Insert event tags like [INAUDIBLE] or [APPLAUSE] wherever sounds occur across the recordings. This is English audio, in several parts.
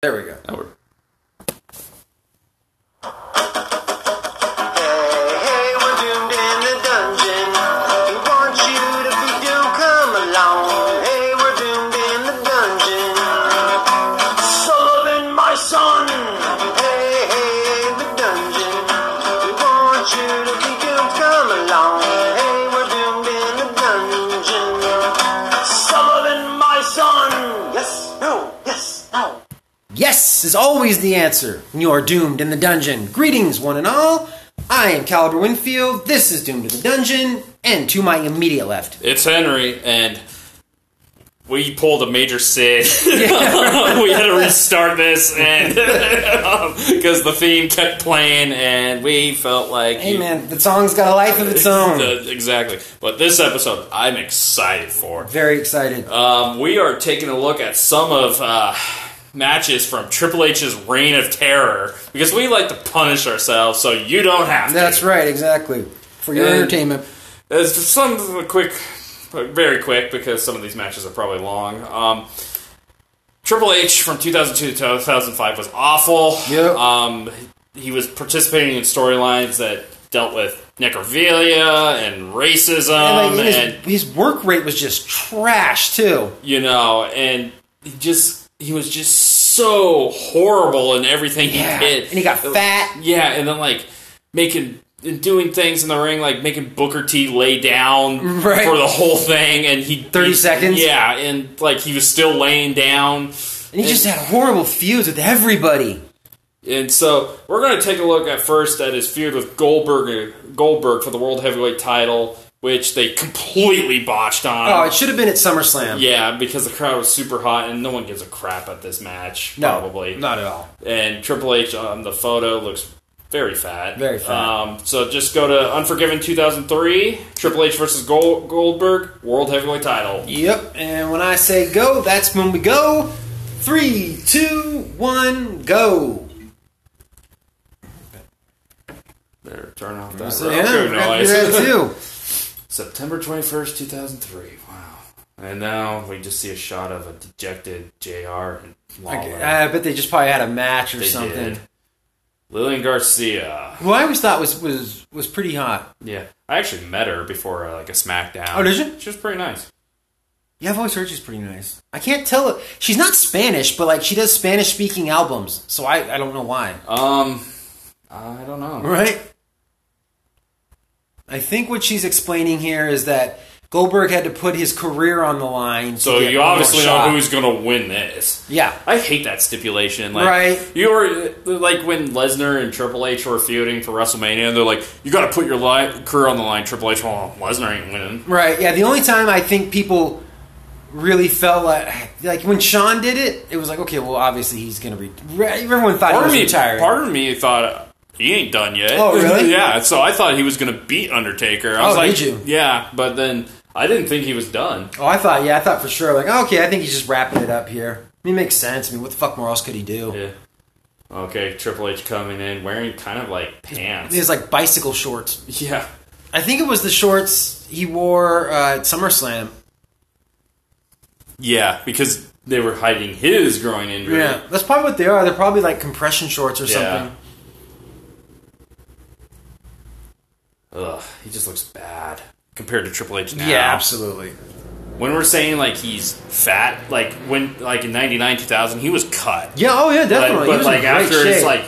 There we go. That would- Hey, we're doomed in the dungeon. We want you to be doomed. Come along. Hey, we're doomed in the dungeon. Sullivan, my son. Hey, hey, the dungeon. We want you to be doomed. Come along. Hey, we're doomed in the dungeon. Sullivan, my son. Yes, no, yes, no. Yes is always the answer. when You are doomed in the dungeon. Greetings, one and all. I am Caliber Winfield. This is Doomed to the Dungeon. And to my immediate left, It's Henry, and we pulled a major sig. [LAUGHS] we had to restart this, and [LAUGHS] because the theme kept playing, and we felt like hey [LAUGHS] man, the song's got a life of its own. Uh, exactly. But this episode, I'm excited for. Very excited. Um, we are taking a look at some of uh, matches from Triple H's Reign of Terror because we like to punish ourselves, so you don't have to. That's right, exactly. For your And- entertainment. As for some quick, very quick, because some of these matches are probably long. Um, Triple H from 2002 to 2005 was awful. Yeah. Um, he was participating in storylines that dealt with necrophilia and racism, And, like, his, and his work rate was just trash too. you know, and he just he was just so horrible in everything Yeah. he did, And he got fat. Yeah, and then like making and doing things in the ring, like making Booker T lay down [LAUGHS] Right. for the whole thing, and he 30 he- seconds? Yeah, and like he was still laying down. And he just had horrible feuds with everybody. And so we're going to take a look at first at his feud with Goldberg, Goldberg for the World Heavyweight Title, which they completely botched on. Oh, it should have been at SummerSlam. Yeah, because the crowd was super hot and no one gives a crap at this match. No, probably not at all. And Triple H on the photo looks very fat. Very fat. Um, so just go to Unforgiven 2003, Triple H versus Gol- Goldberg, World Heavyweight Title. Yep. And when I say go, that's when we go. Three, two, one, go. Better turn off that Yeah, Roku I noise. do that [LAUGHS] too. [LAUGHS] September 21st, 2003. Wow. And now we just see a shot of a dejected JR and Lawler. I uh, bet they just probably had a match or They something. did. Lillian Garcia. Who I always thought was was was pretty hot. Yeah, I actually met her before uh, like a SmackDown. Oh, did you? She was pretty nice. Yeah, I've always heard she's pretty nice. I can't tell. it- She's not Spanish, but like she does Spanish speaking albums, so I I don't know why. Um, I don't know. Right. I think what she's explaining here is that Goldberg had to put his career on the line. to So get you one more obviously know shot. who's gonna win this. Yeah. I hate that stipulation. Like, Right. You were like when Lesnar and Triple H were feuding for WrestleMania, and they're like, "You got to put your li- career on the line." Triple H, well, Lesnar ain't winning. Right. Yeah. The only time I think people really felt like like when Sean did it, it was like okay, well, obviously he's gonna be. Everyone thought Part he of was me, retired. part of me thought he ain't done yet. Oh, really? [LAUGHS] yeah. So I thought he was gonna beat Undertaker. I was Oh, like, did you? Yeah, but then I didn't think he was done. oh, I thought. Yeah, I thought for sure. Like oh, okay, I think he's just wrapping it up here. I mean, it makes sense. I mean, what the fuck more else could he do? Yeah. Okay, Triple H coming in wearing kind of like pants. He has like bicycle shorts. Yeah. I think it was the shorts he wore uh, at SummerSlam. Yeah, because they were hiding his groin injury. Yeah, that's probably what they are. They're probably like compression shorts or Yeah. something. Ugh, he just looks bad compared to Triple H now. absolutely. When we're saying like he's fat, like when like in 99 2000 he was cut. Yeah. Oh yeah, But, definitely. He but was in like great after shape. his like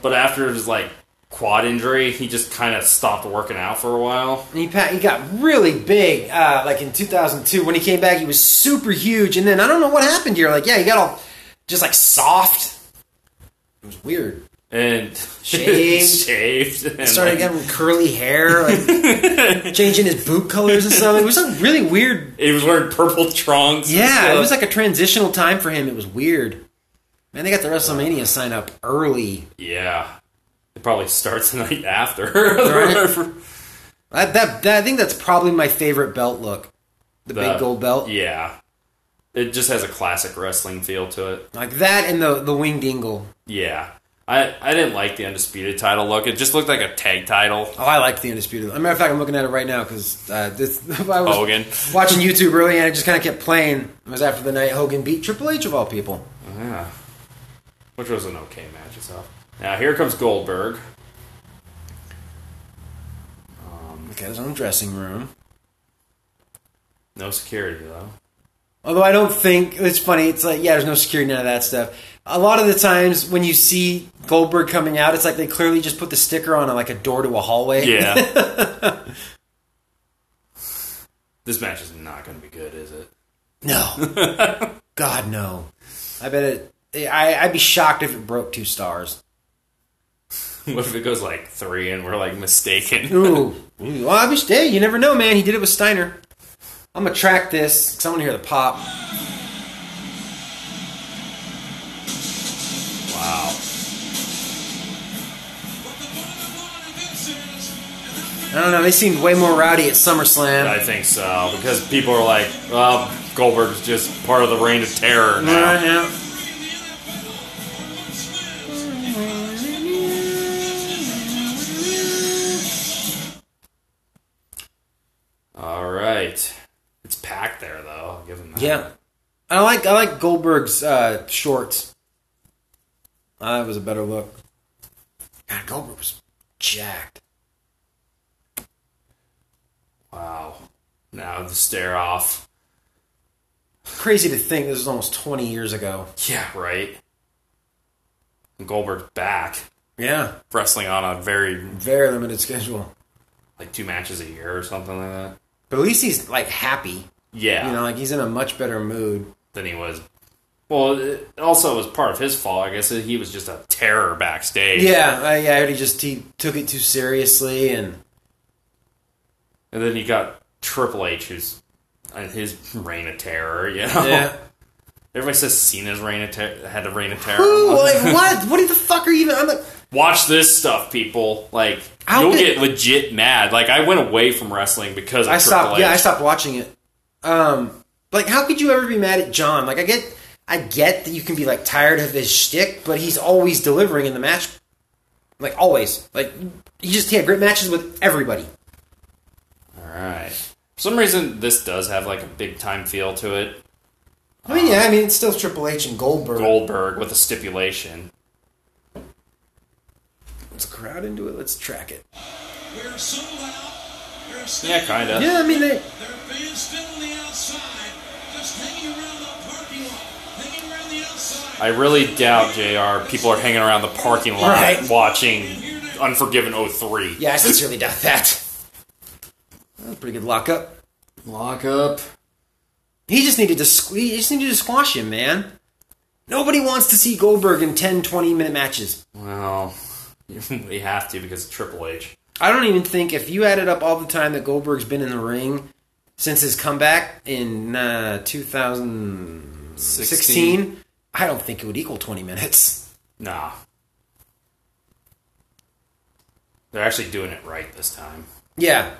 but after his like quad injury, he just kind of stopped working out for a while. And he, pa- he got really big, uh, like in 2002. When he came back, he was super huge. And then I don't know what happened here. Like, yeah, he got all just like soft. It was weird. And [LAUGHS] Shaved. shaved and Started like, getting curly hair, like [LAUGHS] changing his boot colors and stuff. It was a really weird. he was uh, wearing purple trunks. and Yeah, it stuff. was like a transitional time for him. It was weird. Man, they got the WrestleMania sign up early. Yeah. It probably starts the night after. [LAUGHS] Right. That, that, that- I think that's probably my favorite belt look. The, big gold belt. Yeah. It just has a classic wrestling feel to it. Like that and the, the winged dingle. Yeah. I, I didn't like the undisputed title look. It just looked like a tag title. Oh, I like the undisputed. As a matter of fact, I'm looking at it right now because uh, this. [LAUGHS] I was Hogan. watching YouTube early, and it just kind of kept playing. It was after the night Hogan beat Triple H of all people. Yeah. which was an okay match itself. Now here comes Goldberg. He's got his own dressing room. No security though. Although I don't think it's funny. It's like yeah, there's no security none of that stuff. A lot of the times when you see Goldberg coming out, it's like they clearly just put the sticker on like a door to a hallway. [LAUGHS] Yeah. this match is not going to be good, is it? [LAUGHS] No. God no. I bet it. I, I'd be shocked if it broke two stars. What if it goes like three and we're like mistaken? [LAUGHS] Ooh. Ooh. [LAUGHS] Well, I wish hey, You never know, man. He did it with Steiner. I'm gonna track this because I want to hear the pop. wow. I don't know. They seemed way more rowdy at SummerSlam. I think so because people are like, well, Goldberg's just part of the reign of terror now. Yeah, yeah. All right, it's packed there though. I'll give him that. Yeah, I like I like Goldberg's uh, shorts. Ah, That was a better look. God, Goldberg was jacked. Wow. Now the stare off. Crazy to think this was almost twenty years ago. Yeah, right. And Goldberg's back Yeah, wrestling on a very very limited schedule, like two matches a year or something like that. but at least he's like happy. Yeah. You know, like he's in a much better mood. than he was. Well, it also was part of his fault. I guess he was just a terror backstage. Yeah, I, I heard he just he took it too seriously, and And then you got Triple H, who's and his reign of terror. You [LAUGHS] know, yeah. everybody says Cena's reign of ter- had a reign of terror. Ooh, Oh, [LAUGHS] like what? What the fuck are you? even- I'm like, Watch this stuff, people. Like How you'll did- get legit mad. Like I went away from wrestling because of I Triple stopped. H. Yeah, I stopped watching it. Um, like, how could you ever be mad at John? Like, I get, I get that you can be like tired of his shtick, but he's always delivering in the match. Like always, like he just he had great matches with everybody. All right. For some reason, this does have like a big time feel to it. I mean, yeah, I mean, it's still Triple H and Goldberg. Goldberg with a stipulation. Let's crowd into it. Let's track it. We're sold out. We're still Yeah, kind of. Yeah, I mean, they, There are fans still on the outside, just hanging around the parking lot, hanging around the outside. I really doubt, JR, people are hanging around the parking lot Right. watching Unforgiven 03. yeah, I sincerely doubt that. That was a pretty good lockup. Lock up. He just needed to squ- he just needed to squash him, man. Nobody wants to see Goldberg in 10, 20 minute matches. Well, [LAUGHS] we have to because of Triple H. I don't even think if you added up all the time that Goldberg's been in the ring since his comeback in uh, 2016, 16. I don't think it would equal 20 minutes. Nah. They're actually doing it right this time. Yeah,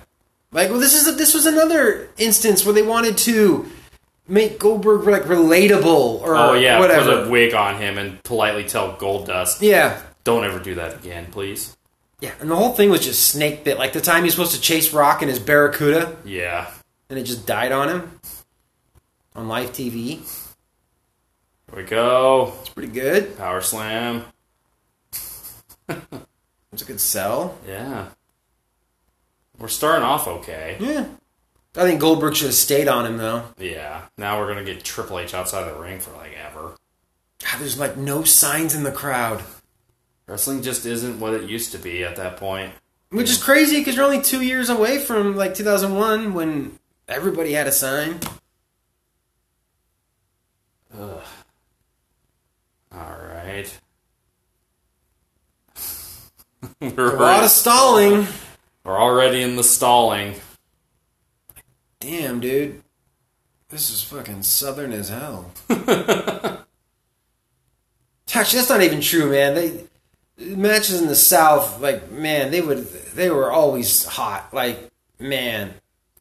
like well, this is a, this was another instance where they wanted to make Goldberg like relatable or Oh, yeah, whatever. put a wig on him and politely tell Goldust, yeah, don't ever do that again, please. yeah, and the whole thing was just snake bit. Like the time he's supposed to chase Rock and his Barracuda, Yeah. and it just died on him on live TV. Here we go. It's pretty good. Power slam. It's a good sell. Yeah. We're starting off okay. Yeah. I think Goldberg should have stayed on him though. Yeah. Now we're gonna get Triple H outside the ring for like ever. God, there's like no signs in the crowd, Wrestling just isn't what it used to be at that point. which is crazy because you're only two years away from like 2001 when everybody had a sign. All right. [LAUGHS] we're, A lot of stalling. we're already in the stalling. Damn, dude. This is fucking southern as [LAUGHS] hell. Actually, that's not even true, man. They matches in the south, like man, they would they were always hot. Like man,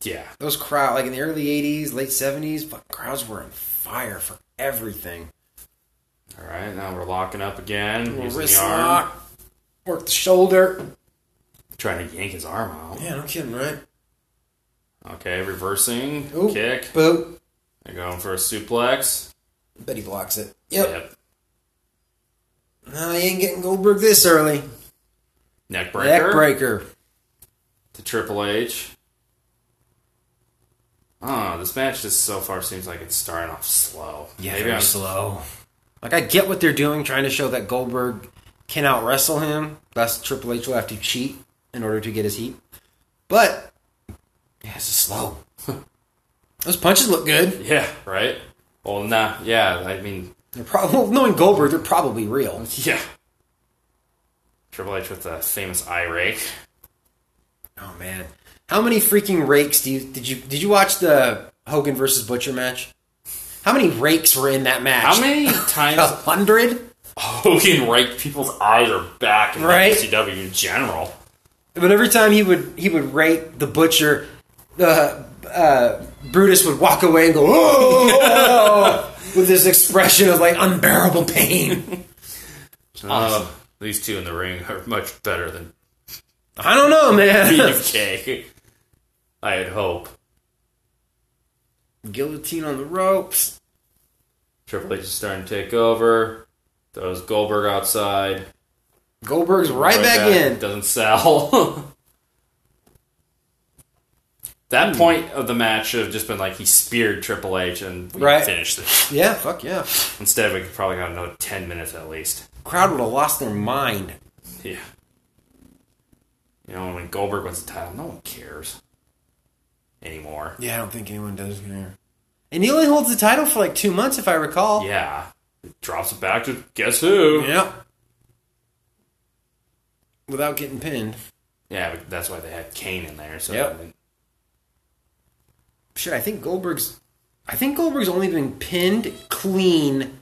Yeah. those crowd like in the early 80s late 70s fuck, crowds were on fire for everything All right. Now we're locking up again. using wrist the arm. lock work the shoulder Trying to yank his arm out. yeah no kidding right Okay. Reversing Ooh, kick. boot They're going for a suplex. bet he blocks it yep, Yep. No, you ain't getting Goldberg this early. Neckbreaker. Neck breaker. to Triple H. Oh, this match just so far seems like it's starting off slow. Maybe I'm- slow. Like I get what they're doing, trying to show that Goldberg can out wrestle him. Thus, Triple H will have to cheat in order to get his heat. But yeah, it's just slow. [LAUGHS] Those punches look good. Yeah, right? Well, nah, yeah, I mean, They're probably well, knowing Goldberg, they're probably real. yeah. Triple H with the famous eye rake. Oh man, how many freaking rakes do you did you did you watch the Hogan versus Butcher match? How many rakes were in that match? How [LAUGHS] many A times hundred. Hogan raked people's eyes or back in Oh. Right? WCW in general? But every time he would he would rake the butcher, the uh, Brutus would walk away and go oh [LAUGHS] with this expression of like unbearable pain. Uh, these two in the ring are much better than [LAUGHS] I don't know, man. BFK. I would hope. [LAUGHS] Guillotine on the ropes. Triple H is starting to take over. Throws Goldberg outside. Goldberg's right, back, in. Doesn't sell. [LAUGHS] that Hmm. point of the match should have just been like he speared Triple H and we Right. finished this. Yeah, fuck yeah. Instead, we could probably got another ten minutes at least. Crowd would have lost their mind. Yeah. You know, when Goldberg wins the title, no one cares anymore. Yeah, I don't think anyone does here. And he only holds the title for like two months, if I recall. Yeah. It drops it back to guess who? Yep. Without getting pinned. Yeah, but that's why they had Kane in there. So Yep. Shit, I think Goldberg's. I think Goldberg's only been pinned clean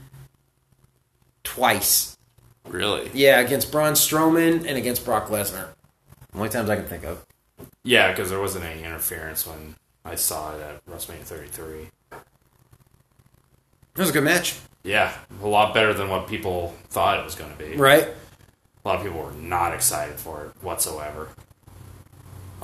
twice. really, Yeah, against Braun Strowman and against Brock Lesnar. Only times I can think of. yeah, because there wasn't any interference when I saw it at WrestleMania 33. It was a good match, Yeah, a lot better than what people thought it was going to be. right? A lot of people were not excited for it whatsoever.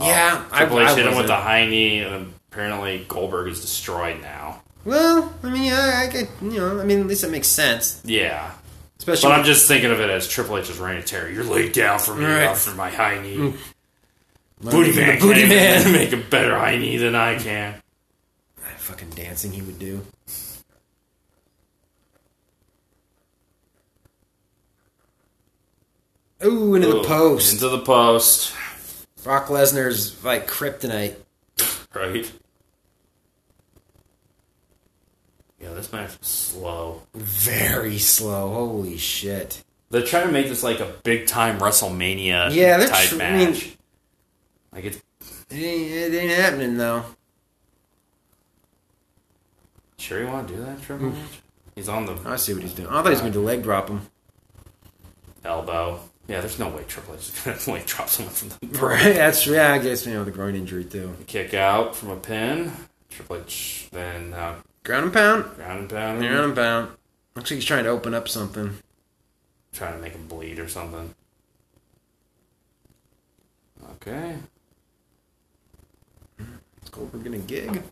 yeah, Oh, Triple H hit him with wasn't. the high knee, and apparently Goldberg is destroyed now. Well, I mean, yeah, I could, you know, I mean, at least it makes sense, Yeah. especially. But I'm just thinking of it as Triple H is reign of terror. You're laid down for me Right. after my high knee. when- Booty man, the booty can't man. make a better high knee than I can. That fucking dancing he would do. Ooh, into the Ooh, post. Into the post. Brock Lesnar's like kryptonite. Right. Yeah, this match is slow. Very slow. Holy shit. They're trying to make this like a big time WrestleMania Yeah, they're type tr- I mean- match. like it's It ain't, it ain't happening though. sure you want to do that Triple H? He's on the Mm. I see what he's doing. I thought he was going to leg drop him. [LAUGHS] elbow. Yeah, there's no way Triple H is gonna [LAUGHS] like drop someone from the [LAUGHS] Right. That's yeah. I guess you know the groin injury too. kick out from a pin. Triple H then uh, Ground and pound. ground and pound him, Ground and pound. Looks like he's trying to open up something. trying to make him bleed or something. Okay, Let's go. We're gonna gig.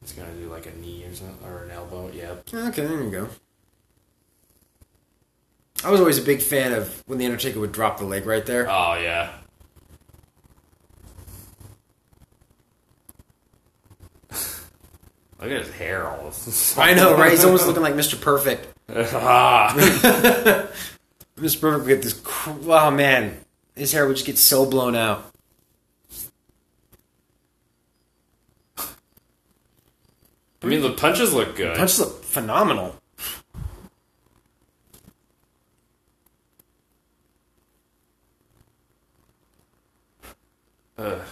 he's gonna do like a knee or something or an elbow. Yep. Okay, there you go. I was always a big fan of when the Undertaker would drop the leg right there. Oh yeah. [LAUGHS] Look at his hair all. [LAUGHS] I know, right? He's almost looking like Mr. Perfect. ah, Mr. Perfect would get this. Cr- oh man, his hair would just get so blown out. I mean the punches look good. Punches look phenomenal. Ugh.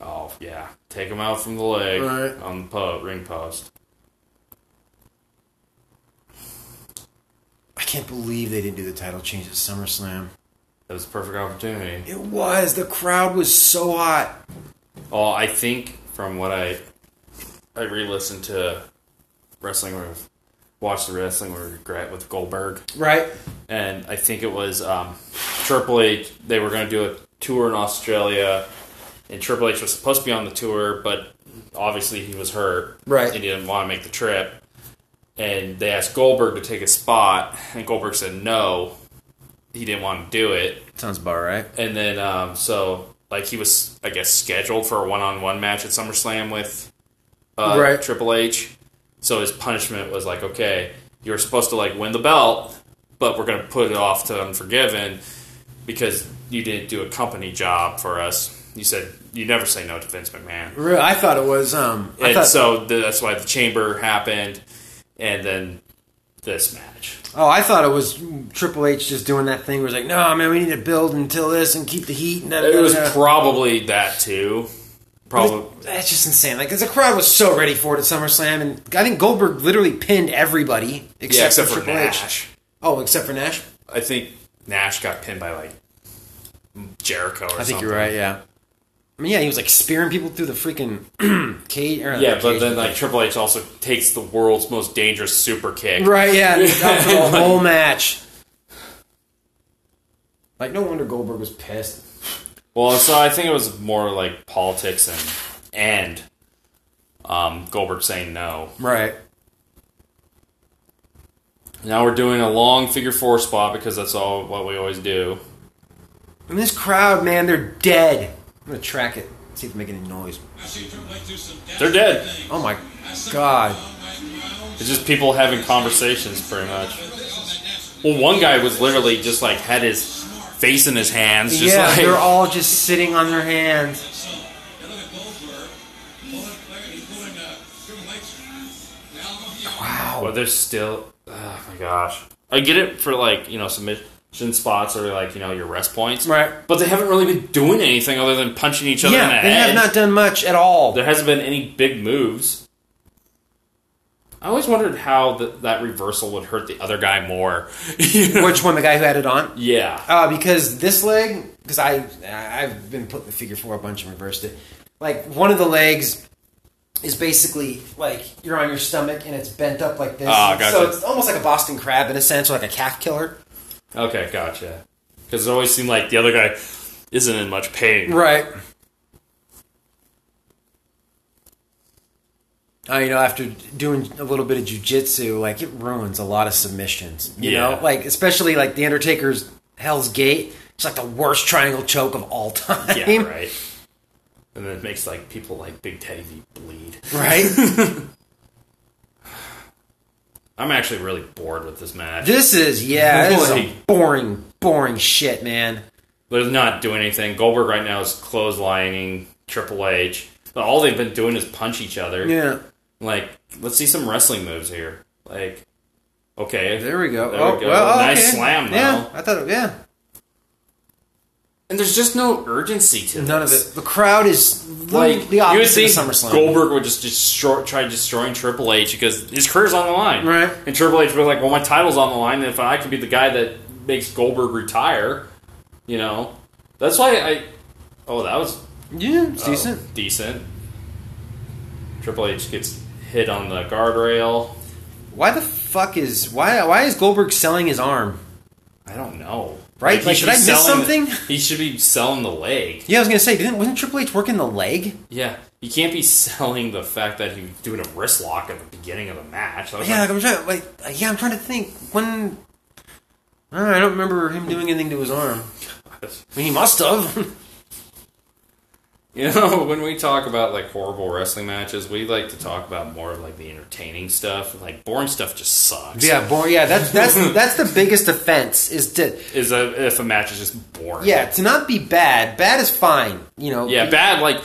Oh yeah, take him out from the leg Right. on the po- ring post. I can't believe they didn't do the title change at SummerSlam. That was a perfect opportunity. It was. The crowd was so hot. Oh, I think from what I I re-listened to wrestling with watched the wrestling with regret with Goldberg, Right? and I think it was um, Triple H. They were going to do a tour in Australia, and Triple H was supposed to be on the tour, but obviously he was hurt, Right. And he didn't want to make the trip. And they asked Goldberg to take his spot, and Goldberg said no, he didn't want to do it. Sounds about right. And then um, so like he was, I guess, scheduled for a one-on-one match at SummerSlam with uh, Right. Triple H. So his punishment was like, okay, you're supposed to like win the belt, but we're gonna put it off to Unforgiven because you didn't do a company job for us. You said you never say no to Vince McMahon, Real, I thought it was. Um, I and thought, so th- that's why the Chamber happened, and then this match. oh, I thought it was Triple H just doing that thing where it's like, no, man, we need to build until this and keep the heat. And It was probably that too. Probably That's just insane. Like, because the crowd was so ready for it at SummerSlam, and I think Goldberg literally pinned everybody except, yeah, except for, for Triple H. Nash. Oh, except for Nash. I think Nash got pinned by like Jericho or something. I think you're right. Yeah. I mean, yeah, he was like spearing people through the freaking [CLEARS THROAT] cage. Or Yeah, not but cage, then like Triple H also takes the world's most dangerous super kick. right, [LAUGHS] yeah, and he's out for the whole match. Like, no wonder Goldberg was pissed. Well, so I think it was more like politics and and um, Goldberg saying no. Right. Now we're doing a long figure four spot because that's all what we always do. And this crowd, man, they're dead. I'm gonna track it. See if they make any noise. I see Triple H do some They're dead. things. Oh my I see god. him by the It's rounds. just people having conversations, pretty much. This is a natural- Well, one guy was literally just like had his face in his hands, just yeah, like they're all just sitting on their hands. So, and look at Goldberg. Pulling, look at he's pulling uh, Triple H. Now, yeah. But there's still, oh my gosh. I get it for like, you know, submission spots or like, you know, your rest points. Right. But they haven't really been doing anything other than punching each other in the Yeah, they head. have not done much at all. there hasn't been any big moves. I always wondered how th- that reversal would hurt the other guy more. [LAUGHS] You know? Which one, the guy who had it on? yeah. Uh, because this leg, because I I've been putting the figure four a bunch and reversed it. Like one of the legs is basically like you're on your stomach and it's bent up like this. Ah, gotcha. So it's almost like a Boston crab in a sense, or like a calf killer. Okay, gotcha. Because it always seemed like the other guy isn't in much pain. Right. Oh, you know, after doing a little bit of jujitsu, like it ruins a lot of submissions. You Yeah. know, like especially like the Undertaker's Hell's Gate. It's like the worst triangle choke of all [LAUGHS] time. Yeah, right. And then it makes like people like Big Teddy V bleed. Right. I'm actually really bored with this match. This is yeah, this is some Boy. boring, boring shit, man. They're not doing anything. Goldberg right now is clotheslining Triple H. But all they've been doing is punch each other. Yeah. Like, let's see some wrestling moves here. Like, okay, There we go. There oh, we go. Well, okay. nice slam though. Yeah, I thought. Yeah, And there's just no urgency to none of this. it. The crowd is Like like the you would opposite think of SummerSlam. Goldberg would just destroy, try destroying Triple H because his career's on the line, Right. And Triple H would be like, "Well, my title's on the line. And if I could be the guy that makes Goldberg retire, you know, that's why I." Oh, that was Yeah, it's Oh, decent. Decent. Triple H gets hit on the guardrail. Why the fuck is why why is Goldberg selling his arm? I don't know. Right? he Like, should did be I miss selling- something? [LAUGHS] he should be selling the leg. Yeah, I was gonna say, didn't wasn't Triple H working the leg? Yeah. You can't be [LAUGHS] selling the fact that he was doing a wrist lock at the beginning of the match. That was Yeah, like- [LAUGHS] like I'm trying. Like yeah, I'm trying to think when. I don't know, I don't remember him doing anything to his arm. I mean, he must have. [LAUGHS] you know, when we talk about like horrible wrestling matches, we like to talk about more of like the entertaining stuff. Like boring stuff just sucks. yeah, boy. Yeah, that's [LAUGHS] that's that's the biggest offense is to Is a, if a match is just boring. Yeah, to not be bad. Bad is fine. You know. Yeah, bad like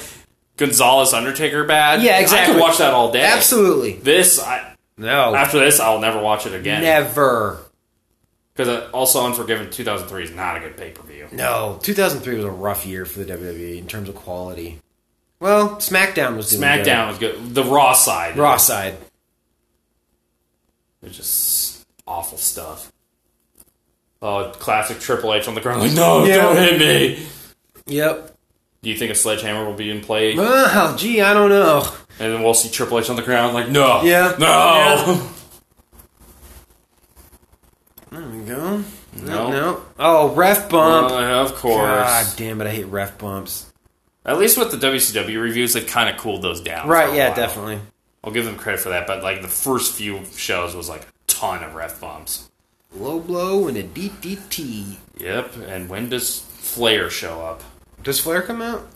Gonzalez Undertaker bad. Yeah, exactly. I could watch that all day. Absolutely. This I No. After this, I'll never watch it again. Never. Because also, Unforgiven 2003 is not a good pay per view. No. 2003 was a rough year for the WWE in terms of quality. Well, SmackDown was doing good. SmackDown was good. The Raw side, Raw side. it's just awful stuff. Oh, classic Triple H on the ground. Like, no, Yeah. don't hit me. Yep. Do you think a sledgehammer will be in play? And Well, gee, I don't know. then we'll see Triple H on the ground. Like, no, Yeah. no, Yeah. There we go. [LAUGHS] no. No. Oh, ref bump. Uh, of course. God damn it! I hate ref bumps. At least with the WCW reviews, they kind of cooled those down. for Right, a yeah, while. definitely. I'll give them credit for that, but like the first few shows was like a ton of ref bumps. Low blow and a DDT. Yep. And when does Flair show up? Does Flair come out?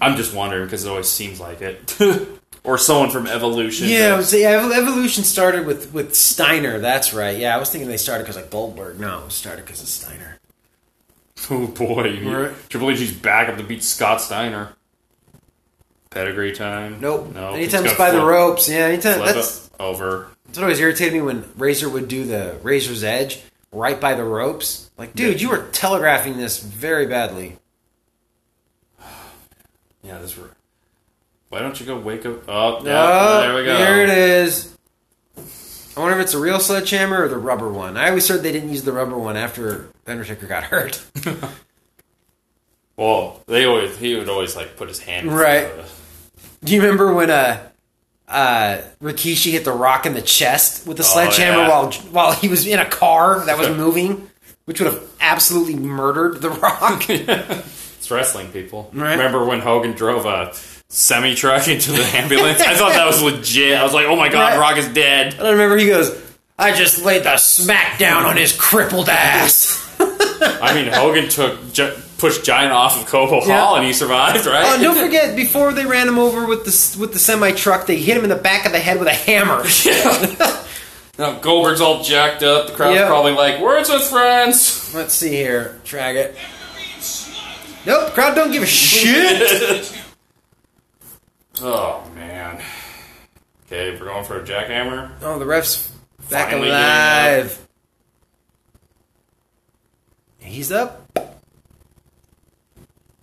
I'm just wondering because it always seems like it. [LAUGHS] or someone from Evolution. Yeah, I would say Ev- Evolution started with, with Steiner. That's right. Yeah, I was thinking they started because like Goldberg. No, it started because of Steiner. [LAUGHS] Oh boy. he- Right. Triple H's back up to beat Scott Steiner. Pedigree time. Nope. No. anytime he's it's got by the flip- ropes. Yeah, anytime. flip That's it over. That's what always irritated me when Razor would do the Razor's Edge right by the ropes. Like, dude, you were telegraphing this very badly. Yeah, this. Were... Why don't you go wake up? Oh, yeah, Oh, there we go. Here it is. I wonder if it's a real sledgehammer or the rubber one. I always heard they didn't use the rubber one after Undertaker got hurt. Well, they always he would always like put his hand in Right. front of Do you remember when uh, uh, Rikishi hit the rock in the chest with the sledgehammer yeah. while while he was in a car that was moving, which would have absolutely murdered the rock? it. It's wrestling people. Right. Remember when Hogan drove a semi truck into the ambulance? I thought that was legit. I was like, oh my Right. god, Rock is dead. And I remember he goes, I just laid the smack down on his crippled ass. I mean, Hogan took gi- pushed Giant off of Cobo Yeah. Hall and he survived, right? Oh, and don't forget, before they ran him over with the with the semi truck, they hit him in the back of the head with a hammer. Now, Goldberg's all jacked up. The crowd's Yeah. probably like, words with friends. Let's see here, drag it. Nope, crowd don't give a shit. Oh man. Okay, we're going for a jackhammer. Oh, the refs back Finally getting alive. He's up.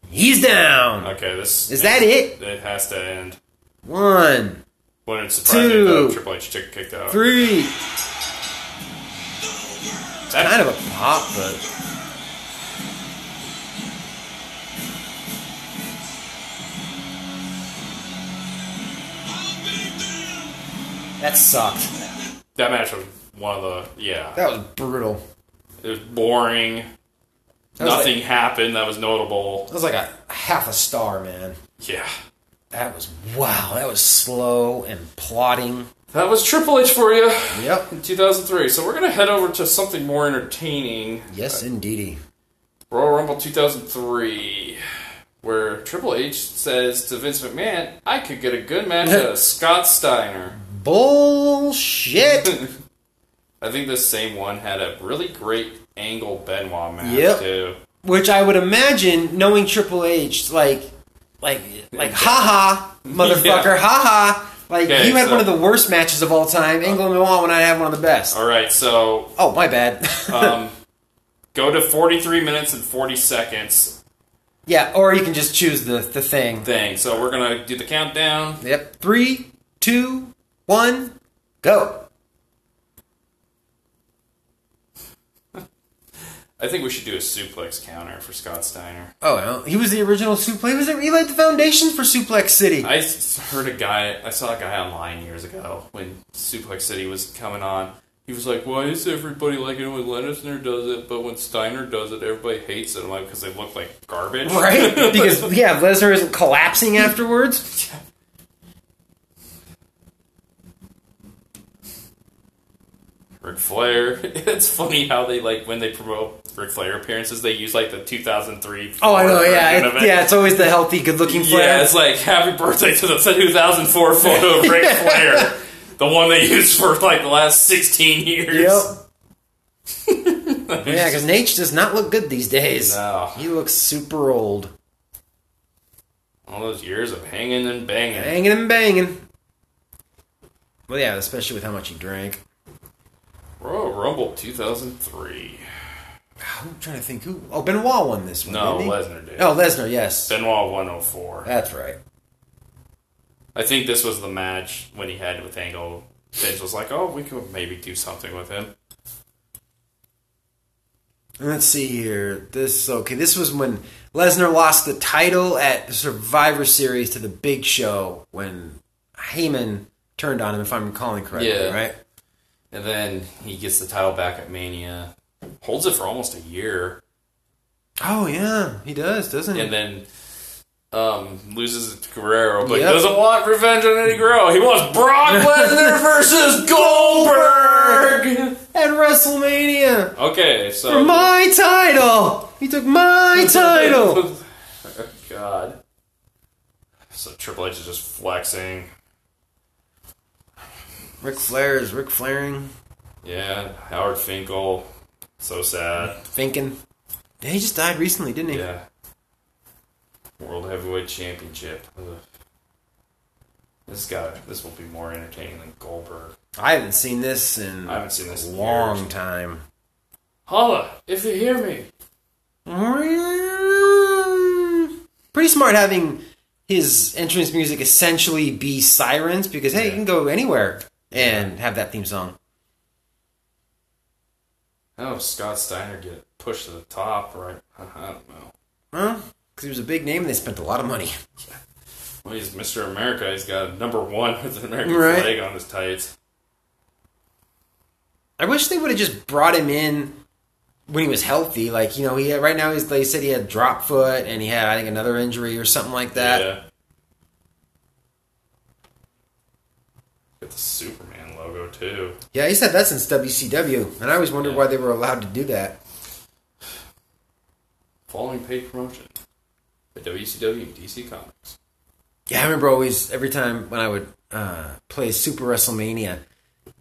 He's down. Okay, this Is that it? It has to end. One, Wouldn't surprise me Two. though. if Triple H took kicked out. three. That- Kind of a pop, but that sucked. That match was one of the yeah. That was brutal. it was boring. was like- Nothing happened that was notable. That was like a half a star, man. Yeah, That was wow. That was slow and plotting. that was Triple H for you Yep. in 2003. So we're gonna head over to something more entertaining. Yes, indeedy. Royal Rumble 2003, where Triple H says to Vince McMahon, "I could get a good match out of Scott Steiner." Bullshit. I think this same one had a really great Angle Benoit match Yep. too. Which I would imagine, knowing Triple H, like, like, like, haha, motherfucker, haha. Like Okay, you had so- one of the worst matches of all time. England and Milan when I had one of the best. All right, so Oh my bad. Uh, um, go to 43 minutes and 40 seconds [LAUGHS] yeah, or you can just choose the the thing. thing. So we're gonna do the countdown. Yep. Three, two, one, go. I think we should do a suplex counter for Scott Steiner. Oh, well, he was the original suplex. He was the, he laid the foundation for Suplex City. I s- heard a guy, I saw a guy online years ago when Suplex City was coming on. He was like, "Why is everybody like it when Lesnar does it, but when Steiner does it, everybody hates it?" I'm like, "Because they look like [LAUGHS] [LAUGHS] garbage, [LAUGHS] right? Because yeah, Lesnar isn't collapsing afterwards. Ric Flair. [LAUGHS] it's funny how they like when they promote Ric Flair appearances, they use like the 2003. Oh, I know. Flair Yeah, version it- of it. yeah. It's always the healthy, good-looking Yeah, Flair. it's like happy birthday to the 2004 [LAUGHS] photo of Ric Flair, the one they used for like the last 16 years. Yep. [LAUGHS] yeah, because Nate does not look good these days. No. He looks super old. All those years of hanging and banging. Banging and banging. Well, yeah, especially with how much he drank. Royal Rumble 2003. I'm trying to think who. Oh, Benoit won this one. No, didn't he? Lesnar did. Oh, Lesnar. Yes, Benoit 104. that's right. I think this was the match when he had with Angle. Vince was like, oh, we could maybe do something with him. Let's see here. This okay. This was when Lesnar lost the title at the Survivor Series to the Big Show when Heyman turned on him. If I'm recalling correctly, Yeah. right? And then he gets the title back at Mania. Holds it for almost a year. Oh yeah, he does, doesn't he? And then um, loses to Guerrero, but Yep. he doesn't want revenge on Eddie Guerrero. He wants [LAUGHS] Brock Lesnar versus Goldberg. At WrestleMania Okay, so for my title. He took my title. Oh, [LAUGHS] God. So Triple H is just flexing. Ric Flair is Ric Flairing, Yeah, Howard Finkel. So sad. thinking. Yeah, he just died recently, didn't he? Yeah. World Heavyweight Championship. Ugh. This guy, this will be more entertaining than Goldberg. I haven't seen this in I haven't seen this a in long years. time. Holla, if you hear me. Pretty smart having his entrance music essentially be sirens because hey, you can go anywhere and have that theme song. Oh, Scott Steiner get pushed to the top, right? [LAUGHS] I don't know. Huh? Because he was a big name and they spent a lot of money. Well, he's Mr. America. He's got a number one [LAUGHS] with an American Right. flag on his tights. I wish they would have just brought him in when he was healthy. Like you know, he had, right now he's they said he had drop foot and he had I think another injury or something like that. yeah. Got the Superman logo, too. Yeah, he's had that since WCW, and I always wondered why they were allowed to do that. Following paid promotion. The WCW and DC Comics. Yeah, I remember always every time when I would uh, play Super WrestleMania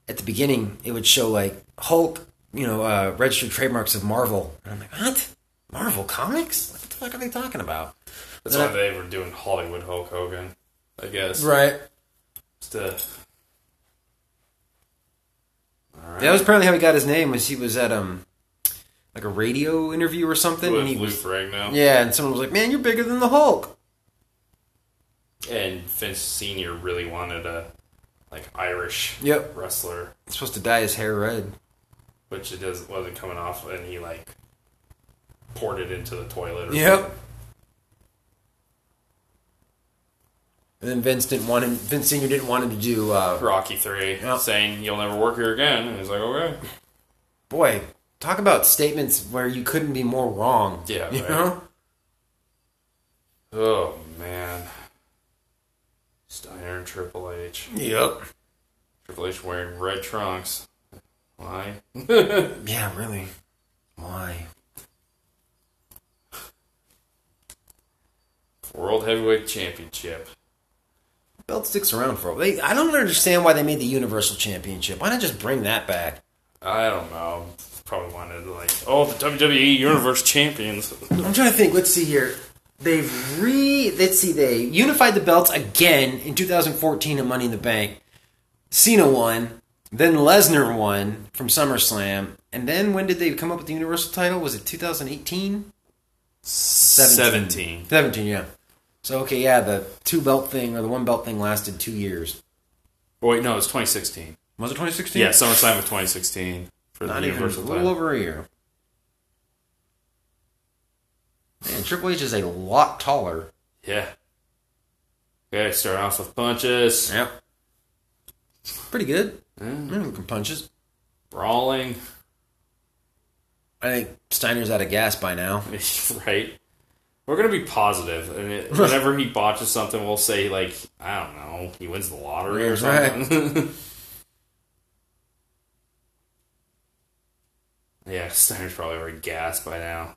at the beginning, it would show like Hulk, you know, uh, registered trademarks of Marvel, and I'm like, what? Marvel comics? What the fuck are they talking about? That's why they were doing Hollywood Hulk Hogan, I guess. Right. Just to- That was apparently how he got his name. Was he was at um like a radio interview or something, with and he Lou was Ferrigno yeah, and someone was like, man, you're bigger than the Hulk. and Vince Senior really wanted a like Irish Yep. wrestler, He's supposed to dye his hair red. which it does wasn't coming off, and he like poured it into the toilet. Or Yep. something. And then Vince didn't want him. Vince Senior didn't want him to do. Uh, Rocky Three, Yep. saying you'll never work here again. And he's like, okay, boy, talk about statements where you couldn't be more wrong. Yeah, you right. know. oh man, Steiner and Triple H. Yep. Triple H wearing red trunks. Why? Yeah, really. Why? World Heavyweight Championship. Belt sticks around for a while. I don't understand why they made the Universal Championship. Why not just bring that back? I don't know. Probably wanted like, oh, the WWE Universe Champions. I'm trying to think. Let's see here. They've re. Let's see. They unified the belts again in 2014 at Money in the Bank. Cena won. Then Lesnar won from SummerSlam. And then when did they come up with the Universal title? Was it 2018? 17. 17, yeah. So, okay, yeah, the two belt thing or the one belt thing lasted two years. Oh, wait, no, it's 2016. Was it 2016? Yeah, SummerSlam of 2016 for Not the even a Universal little title. over a year. Man, Triple H is a lot taller. Yeah. Okay, start off with punches, Yeah. Pretty good. Mm, punches. brawling, I think Steiner's out of gas by now. [LAUGHS] right? We're gonna be positive, and it, whenever he botches something, we'll say like, I don't know, he wins the lottery or Right. something. [LAUGHS] yeah, Steiner's probably already gassed by now.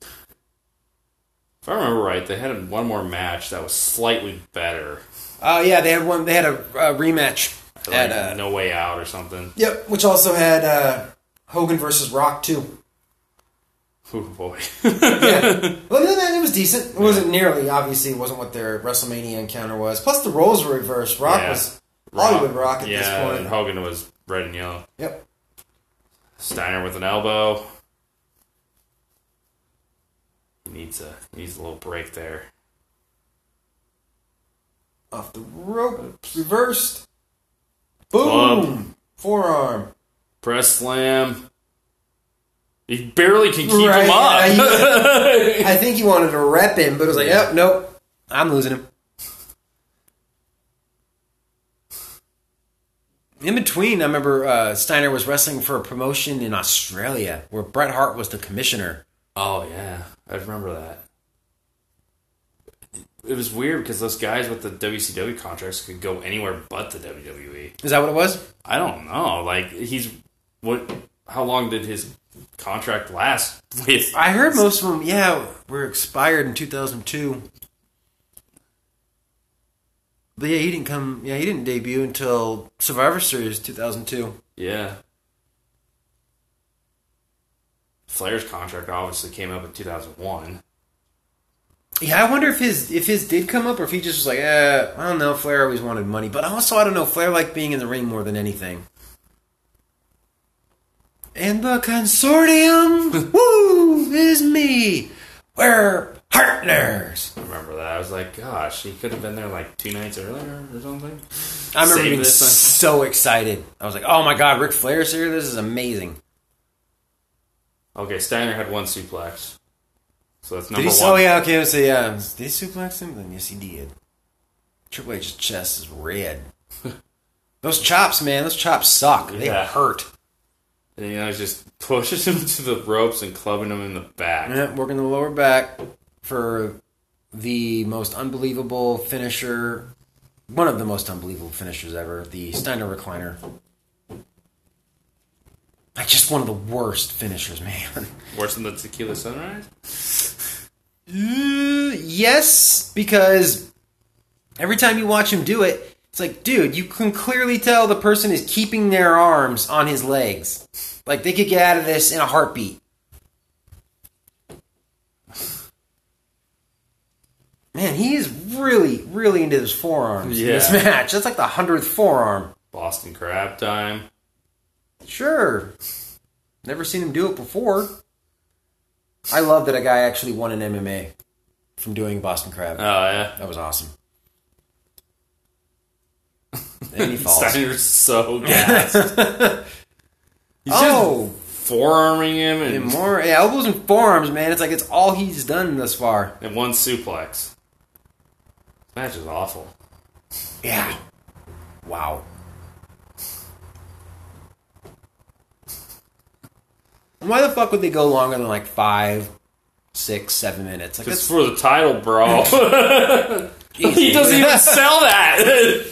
If I remember right, they had one more match that was slightly better, Oh yeah, they had one. They had a, uh rematch like at uh, No Way Out or something. [LAUGHS] yep, which also had uh, Hogan versus Rock [LAUGHS] too. Oh boy. Yeah, well, other than that, it was decent. It wasn't nearly obviously it wasn't what their WrestleMania encounter was. Plus, the roles were reversed. Rock Yeah. was Hollywood Rock at yeah, this and point. Hogan was red and yellow. Yep. Steiner with an elbow. He needs a needs a little break there. Off the rope, reversed. Boom. Club. Forearm. Press slam. He barely can keep Right, him up. yeah, [LAUGHS] he- I think he wanted to rep him, but it was like, yep, nope, I'm losing him. In between, I remember uh, Steiner was wrestling for a promotion in Australia where Bret Hart was the commissioner. [LAUGHS] Oh yeah, I remember that. It was weird because those guys with the WCW contracts could go anywhere but the WWE. Is that what it was? I don't know. Like he's what? How long did his contract last [LAUGHS] with? I heard most of them. Yeah, were expired in 2002. But yeah, he didn't come. Yeah, he didn't debut until Survivor Series 2002. Yeah. Flair's contract obviously came up in 2001. Yeah, I wonder if his if his did come up or if he just was like, eh, I don't know. Flair always wanted money, but also I don't know. Flair liked being in the ring more than anything. And the consortium, [LAUGHS] woo, is me. We're partners. I remember that. I was like, gosh, he could have been there like two nights earlier or something. I remember Save being this one. so excited. I was like, "Oh my god, Ric Flair's here! This is amazing!" Okay, Steiner had one suplex. So that's Did number he? one. Oh yeah, okay. So yeah, did he suplex him? Then yes, he did. Triple H's chest is [LAUGHS] red. those chops, man. Those chops suck. They Yeah. hurt. And you know, just [LAUGHS] pushes him to the ropes and clubbing him in the back. Yeah, working the lower back for the most unbelievable finisher. One of the most unbelievable finishers ever, the Steiner recliner. Like just one of the worst finishers, [LAUGHS] man. Worse than the tequila sunrise? Uh, yes, because every time you watch him do it, it's like, dude, you can clearly tell the person is keeping their arms on his legs. Like they could get out of this in a heartbeat. Man, he is really, really into his forearms in this Yeah. match. That's like the hundredth forearm. Boston crab time. Sure. Never seen him do it before. I love that a guy actually won an MMA from doing Boston Crab. Oh, yeah. That was [LAUGHS] awesome. And he falls. Steiner's so gassed. [LAUGHS] He's oh, just forearming him and and, more yeah, elbows and forearms, man. It's like it's all he's done thus far. and one suplex. This match is awful. Yeah. Wow. Why the fuck would they go longer than like five, six, seven minutes? Like It's that's for the title, bro. [LAUGHS] [LAUGHS] he doesn't even sell that.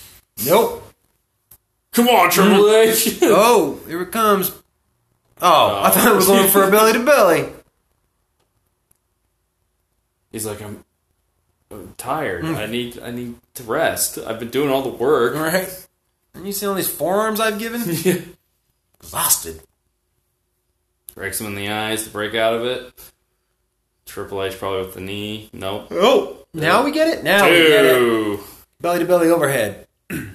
[LAUGHS] nope. Come on, Triple H. [LAUGHS] Oh, here it comes. Oh, I thought it was going for a belly to belly. He's like, I'm, I'm tired. I need, I need to rest. I've been doing all the work. Hmm. Right? And you see all these forearms I've [LAUGHS] given? Exhausted. Breaks him in the eyes to break out of it. Triple H probably with the knee. Nope. Oh, now we get it. Now we get Oh, it. Two. Belly to belly overhead. [CLEARS THROAT] that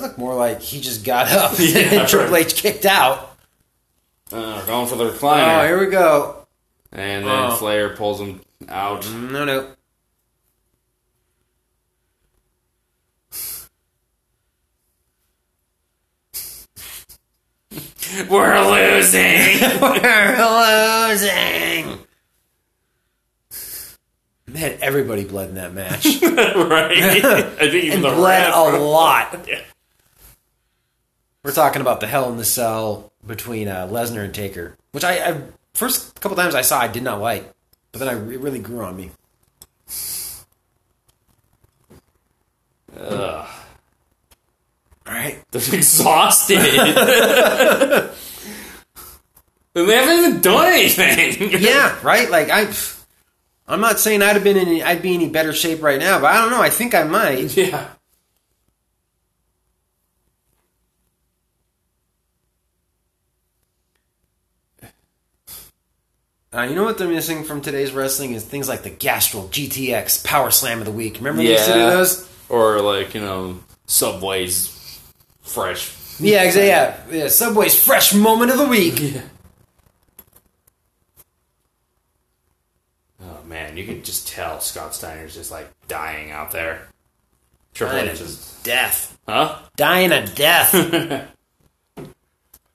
looked more like he just got [LAUGHS] up Yeah, and Triple H kicked out. Uh, going for the Oh, recliner. here we go. and then Oh. Flair pulls him [LAUGHS] out. No, no. We're losing. We're losing. Man, everybody bled in that match. [LAUGHS] [LAUGHS] right. I think even and the bled ref. a lot. Yeah. We're talking about the Hell in the Cell between uh, Lesnar and Taker, which I, I first couple times I saw I did not like, but then I it really grew on me. All right, They're exhausted. [LAUGHS] and they haven't even done anything. yeah, right. Like I, I'm not saying I'd have been in, I'd be in any better shape right now, but I don't know. I think I might. [LAUGHS] yeah. Uh, you know what they're missing from today's wrestling is things like the Gastrel GTX Power Slam of the Week. Remember they used to do Yeah. those? Or like you know, Subway's fresh. Yeah, exactly. Yeah, yeah. Subway's fresh moment of the week. Oh man, you can just tell Scott Steiner's just like dying out there. Triple H is death. huh? Dying a [LAUGHS] death.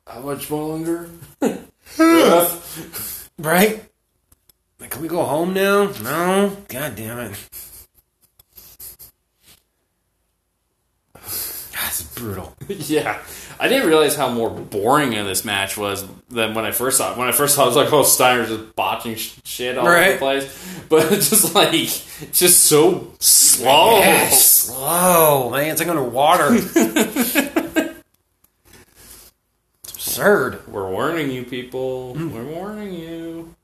How much longer? right? Like, can we go home now? No. [SIGHS] God damn it. God, It's brutal. [LAUGHS] Oh. Yeah, I didn't realize how more boring in this match was than when I first saw it. When I first saw it, I was like, "Oh, Steiner's just botching sh- shit all over the Right. place," [LAUGHS] but it's just like just so slow. Slow, man. It's like [LAUGHS] underwater. it's absurd. We're warning you, people. Hmm. We're warning you.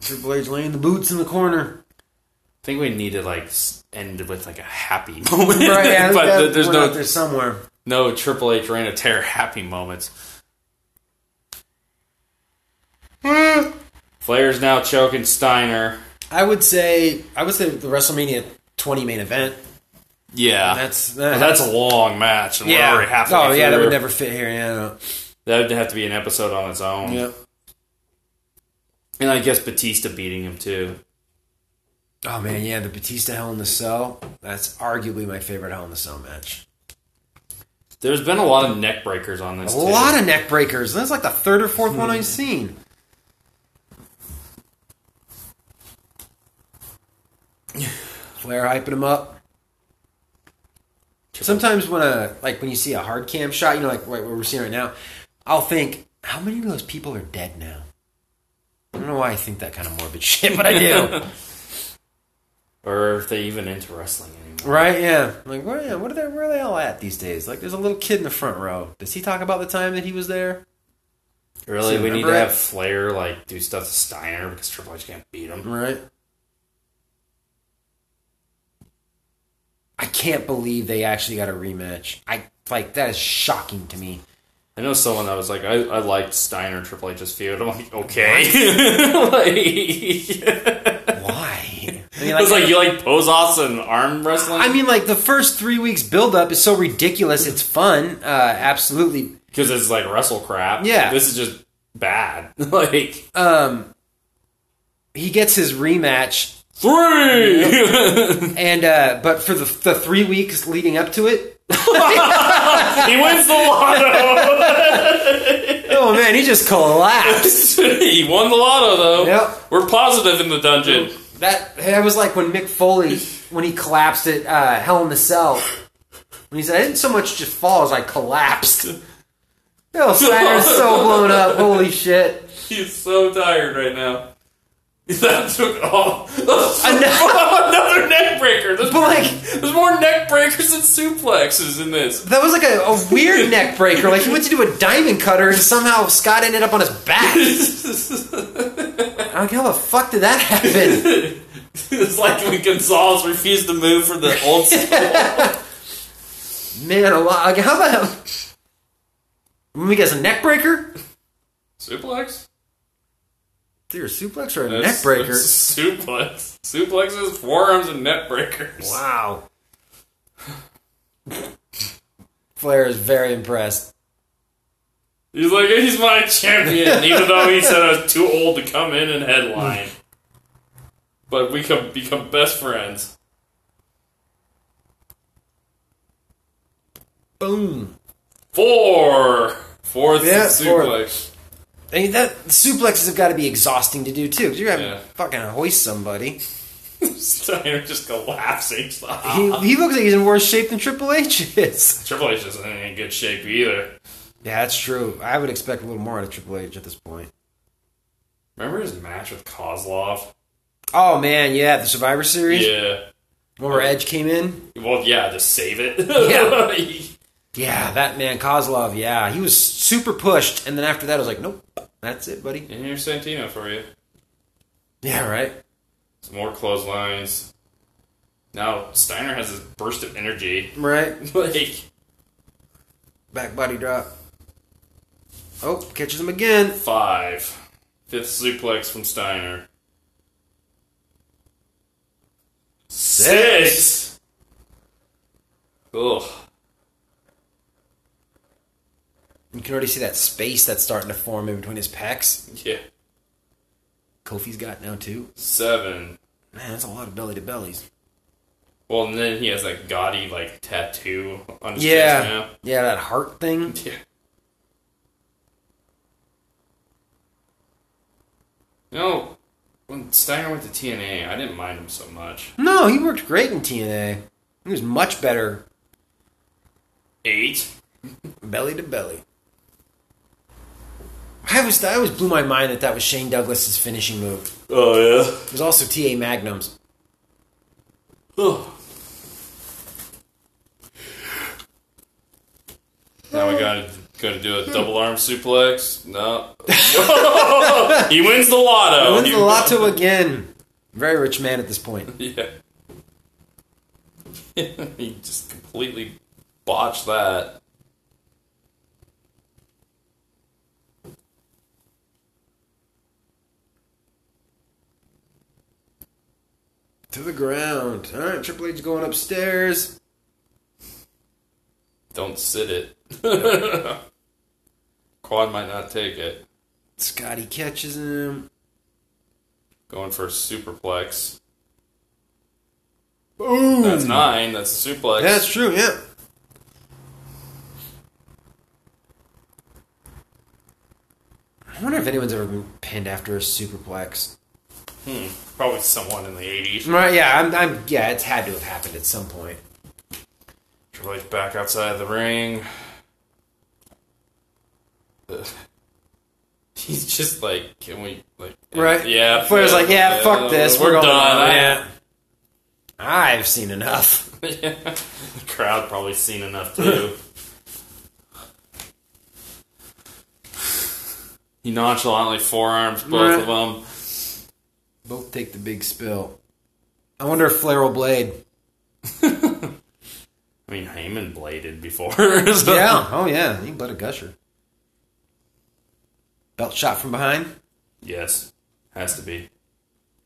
Triple H laying the boots in the corner. I think we need to like s- end with like [LAUGHS] a happy moment, Right, yeah, I think [LAUGHS] but that th- there's went out no there somewhere. no Triple H Reign of Terror happy moments. Hmm. Flair's now choking Steiner. I would say I would say the WrestleMania 20 main event. [LAUGHS] Yeah, That's Well, that's a long match, and we're already halfway Oh through. yeah, that would never fit here. Yeah. no. That would have to be an episode on its own. And I guess Batista beating him too. Oh man, yeah, the Batista Hell in the Cell. That's arguably my favorite Hell in the Cell match. There's been a lot of neck breakers on this. A lot of neck breakers. That's like the third or fourth one I've seen. [SIGHS] Flair hyping him up. Sometimes when a like when you see a hard cam shot, you know, like what we're seeing right now, I'll think, how many of those people are dead now? I don't know why I think that kind of morbid [LAUGHS] shit, but I do. or if they even into wrestling anymore. Right? Yeah. I'm Like, where, yeah, what are they? Where are they all at these days? Like, there's a little kid in the front row. Does he talk about the time that he was there? Really, So we need remember to it? have Flair like do stuff to Steiner because Triple H can't beat him. Right. I can't believe they actually got a rematch. I like that is shocking to me. I know someone that was like, I, I liked Steiner and Triple H's feud. I'm like, okay. [LAUGHS] like, Why? [LAUGHS] I mean, I was like, like, you like pose offs and arm wrestling? I mean, like the first three weeks buildup is so ridiculous. It's fun, uh, absolutely. because it's like wrestle crap. Yeah. this is just bad. [LAUGHS] like Um, he gets his rematch three. [LAUGHS] And uh, but for the, the three weeks leading up to it, He wins [LAUGHS] the lotto. [LAUGHS] oh man, he just [LAUGHS] collapsed. he won the lotto though. Yep. We're positive in the dungeon. [LAUGHS] That that was like when Mick Foley when he collapsed at uh, Hell in the Cell. When he said, "I didn't so much just fall as I collapsed." Bill Snyder's Oh, so blown [LAUGHS] up. Holy shit! He's so tired right now. [LAUGHS] That took all. [LAUGHS] Another neck breaker. There's, But more- like there's more neck breakers than suplexes in this. [LAUGHS] that was like a, a weird neck breaker. Like he went to do a diamond cutter and somehow Scott ended up on his back. I'm like, how the fuck did that happen? it's like when Gonzalez refused to move for the [LAUGHS] old Man, a lot. Like, how about when we get a neck breaker? suplex. Either a suplex or a That's- neck breaker. that's [LAUGHS] Suplex. Suplexes, forearms, and neck breakers. Wow. Flair is very impressed. He's like, he's my [LAUGHS] champion, even though he said I was too old to come in and headline. But we can become best friends. Boom. Four! Fourth Yeah, suplex. I mean, that suplexes have got to be exhausting to do too. 'cause You're having Yeah. to fucking hoist somebody. Steiner just collapsing. He, he looks like he's in worse shape than Triple H is. [LAUGHS] Triple H isn't in good shape either. Yeah, that's true. I would expect a little more out of Triple H at this point. Remember his match with Kozlov? Oh man, yeah, the Survivor Series Yeah. where Edge came in. Well, yeah, to save it. Yeah. [LAUGHS] Yeah, that man Kozlov. Yeah, he was super pushed, and then after that, I was like, nope, that's it, buddy. and here's Santino for you. Yeah, right. Some more clotheslines. Now, Steiner has this burst of energy. [LAUGHS] Right. like, Back body drop. Oh, catches him again. five. Fifth suplex from Steiner. Six. Ugh. You can already see that space that's starting to form in between his pecs. Yeah. Kofi's got now too. Seven. Man, that's a lot of belly to bellies. Well, and then he has that gaudy like tattoo on his Yeah, chest now. [LAUGHS] yeah, that heart thing. Yeah. You know, when Steiner went to TNA, I didn't mind him so much. No, he worked great in TNA. He was much better Eight. belly to belly. I was I always blew my mind that that was Shane Douglas's finishing move. Oh yeah. It was also T.A. Magnum's. Oh. Now we gotta gotta do a Hmm. double arm [LAUGHS] suplex. No, [LAUGHS] he wins the lotto. Wins He- the lotto again. Very rich man at this point. Yeah, he just completely botched that. To the ground. All right, Triple H going upstairs. Don't sit it. [LAUGHS] Quad might not take it. Scotty catches him. Going for a superplex. Boom. That's nine. That's a suplex. Hmm. That's true. Yeah. I wonder if anyone's ever been pinned after a superplex. probably someone in the eighties. Right? Yeah. I'm, I'm. Yeah. It's had to have happened at some point. Triple H back outside the ring. [LAUGHS] Ugh. He's just like, can we like? Right. Yeah. Flair's like, yeah, yeah, fuck this. We're, we're going done. on. I- Yeah. I've seen enough. the [LAUGHS] crowd probably seen enough too. he nonchalantly forearms both of them. [LAUGHS] Both take the big spill. I wonder if Flair will blade. I mean, Heyman bladed before. [LAUGHS] so- Yeah. [LAUGHS] Oh yeah. He bled a gusher. Belt shot from behind. Yes, has to be.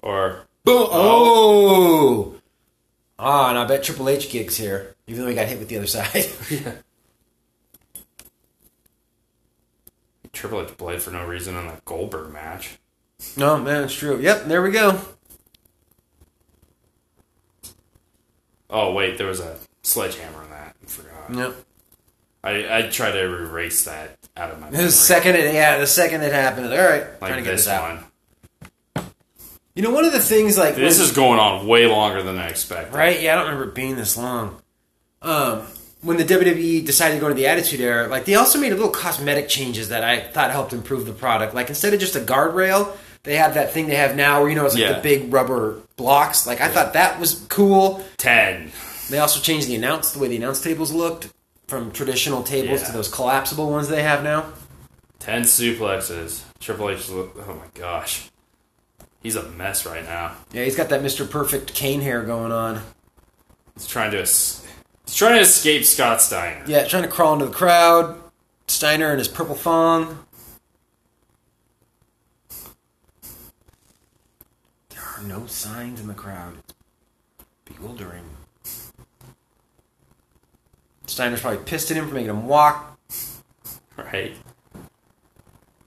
Or Boom. Oh. Ah, and I bet Triple H gigs here, even though he got hit with the other [LAUGHS] side. Triple H blade for no reason in that Goldberg match. no, man, it's true. Yep, there we go. Oh wait, there was a sledgehammer in that. I forgot. Yep. I, I try to erase that out of my The memory. second it, yeah, the second it happened. All right, trying to like get this this out. one. You know, one of the things like This when- is going on way longer than I expected. Right? Yeah, I don't remember it being this long. Um, when the WWE decided to go into the Attitude Era, like they also made little cosmetic changes that I thought helped improve the product. Like instead of just a guardrail, they have that thing they have now where you know it's like Yeah. the big rubber blocks. Like I thought that was cool. Ten. They also changed the announce the way the announce tables looked from traditional tables Yeah. to those collapsible ones they have now. Ten suplexes. Triple H. is- Oh my gosh. He's a mess right now. Yeah, he's got that Mr. Perfect cane hair going on. He's trying to. es- He's trying to escape Scott Steiner. Yeah, trying to crawl into the crowd. Steiner and his purple thong. There are no signs in the crowd. It's bewildering. Steiner's probably pissed at him for making him walk. Right.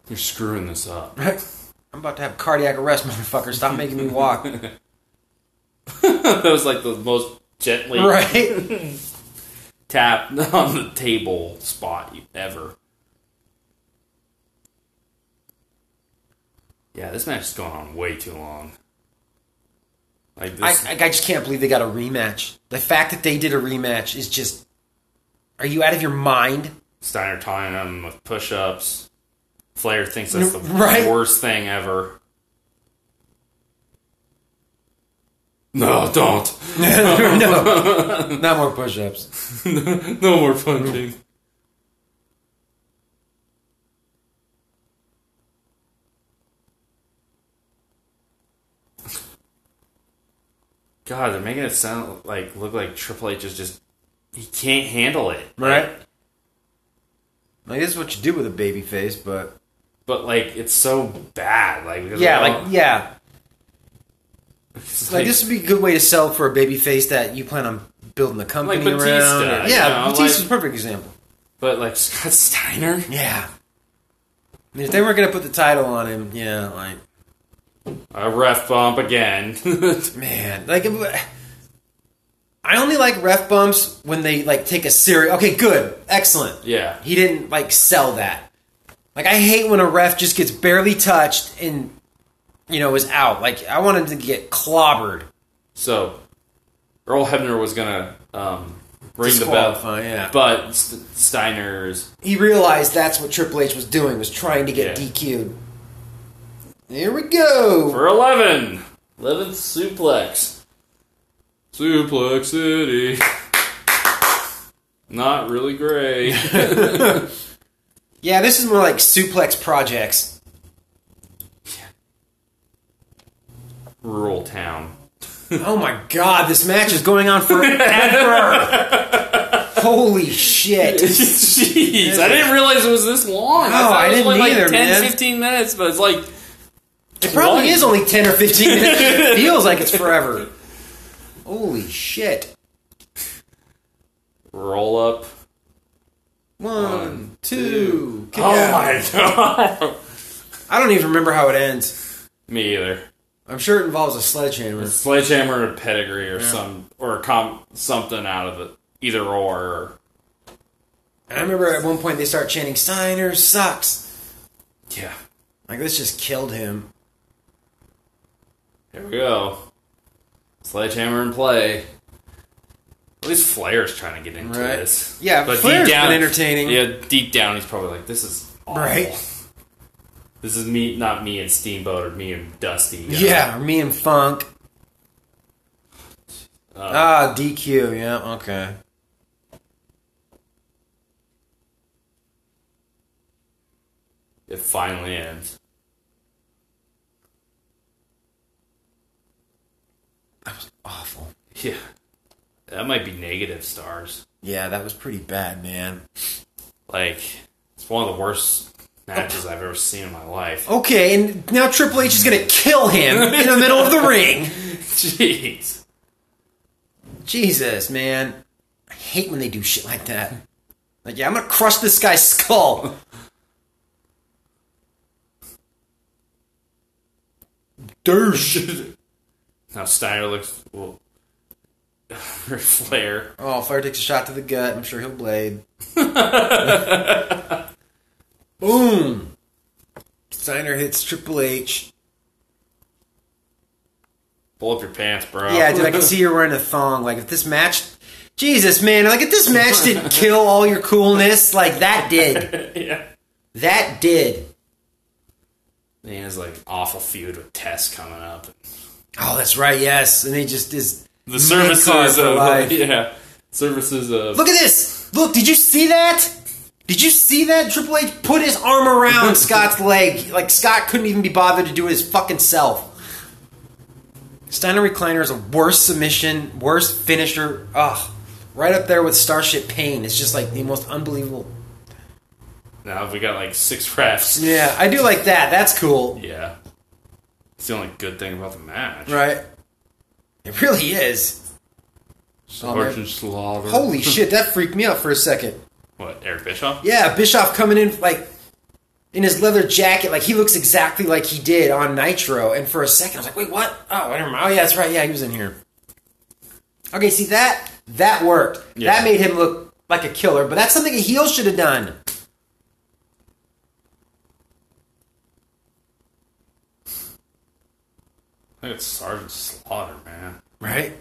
You're screwing this up. [LAUGHS] I'm about to have cardiac arrest, [LAUGHS] motherfucker. Stop making me walk. [LAUGHS] that was like the most gently right? tap [LAUGHS] on the table spot you ever. Yeah, this match is going on way too long. Like I, this, I I just can't believe they got a rematch. The fact that they did a rematch is just. Are you out of your mind? [LAUGHS] Steiner tying him with push-ups. Flair thinks that's [LAUGHS] the Right. worst thing ever. No, don't. Not more push ups. [LAUGHS] No more punching. God, they're making it sound like look like Triple H is just he can't handle it. Right? Like, this is what you do with a baby face, but. But like it's so bad. Like because Yeah, they like all- yeah, [LAUGHS] it's like this would be a good way to sell for a baby face that you plan on building the company Like Batista, around. you yeah, know, Batista's like- a perfect example. But like Scott Steiner, Yeah, And if they weren't gonna put the title on him, yeah, like a ref bump again. [LAUGHS] man, like if- I only like ref bumps when they like take a serious. Okay, good, excellent. yeah, He didn't like sell that. Like I hate when a ref just gets barely touched and you know is out. Like I want him to get clobbered. So, Earl Hebner was gonna um, ring the bell. Disqualify, yeah. But St- Steiner's He realized that's what Triple H was doing, was trying to get Yeah. DQ'd. Here we go. for 11. 11th suplex. Suplex City. Not really great. [LAUGHS] yeah, this is more like suplex projects. Rural town. Oh my god, this match is going on forever. [LAUGHS] Holy shit. [LAUGHS] Jeez, I didn't realize it was this long. No, thought I it was didn't only either, like 10, man. 15 minutes, but it's like It probably Why? is only 10 or 15 minutes. [LAUGHS] It feels like it's forever. Holy shit. roll up. One, two. kick Oh out. my [LAUGHS] god. I don't even remember how it ends. Me either. I'm sure it involves a sledgehammer. Sledgehammer and a pedigree or some or com- something out of it. Either or. And I remember at one point they start chanting, Steiner sucks. Yeah. Like, this just killed him. Here we go. Sledgehammer and play. At least Flair's trying to get into Right. this. Yeah, Flair's been entertaining. Yeah, deep down he's probably like, this is awful. Right. This is me, not me and Steamboat or me and Dusty. you know? Yeah, Uh, me and Funk. ah, DQ, yeah, okay. It finally ends. Awful. Yeah. That might be negative stars. Yeah, that was pretty bad, man. Like, it's one of the worst matches I've ever seen in my life. Okay, and now Triple H is gonna kill him in the middle of the ring. Jeez. Jesus, man. I hate when they do shit like that. Like, yeah, I'm gonna crush this guy's [LAUGHS] skull. Douche. Now Steiner looks. Well, [LAUGHS] Ric Flair. Oh, Flair takes a shot to the gut. I'm sure he'll blade. Boom. Steiner hits Triple H. Pull up your pants, bro. Yeah, [LAUGHS] dude, I can see you're wearing a thong. Like, if this match. Jesus, man. Like, if this match didn't kill all your coolness, like, that did. yeah. That did. And he has like awful feud with Tess coming up. Oh, that's right, yes. And they just is. The services card [LAUGHS] for of life. yeah, services of Look at this! Look, did you see that? Did you see that? Triple H put his arm around Scott's leg. Like, Scott couldn't even be bothered to do his fucking self. Steiner Recliner is a worse submission, worse finisher. Ugh. Right up there with Starship Pain. It's just like the most unbelievable. now we got like six refs. Yeah, I do like that. That's cool. Yeah, it's the only good thing about the match. Right? It really is. Sergeant Slaughter. Oh, Holy shit, that freaked me out for a second. What Eric Bischoff? Yeah, Bischoff coming in like in his leather jacket, like he looks exactly like he did on Nitro. And for a second, I was like, "Wait, what? Oh, never mind. Oh, yeah, that's right. Yeah, he was in here." Okay, see that that worked. Yeah. That made him look like a killer. But that's something a heel should have done. I think it's Sergeant Slaughter, man. Right.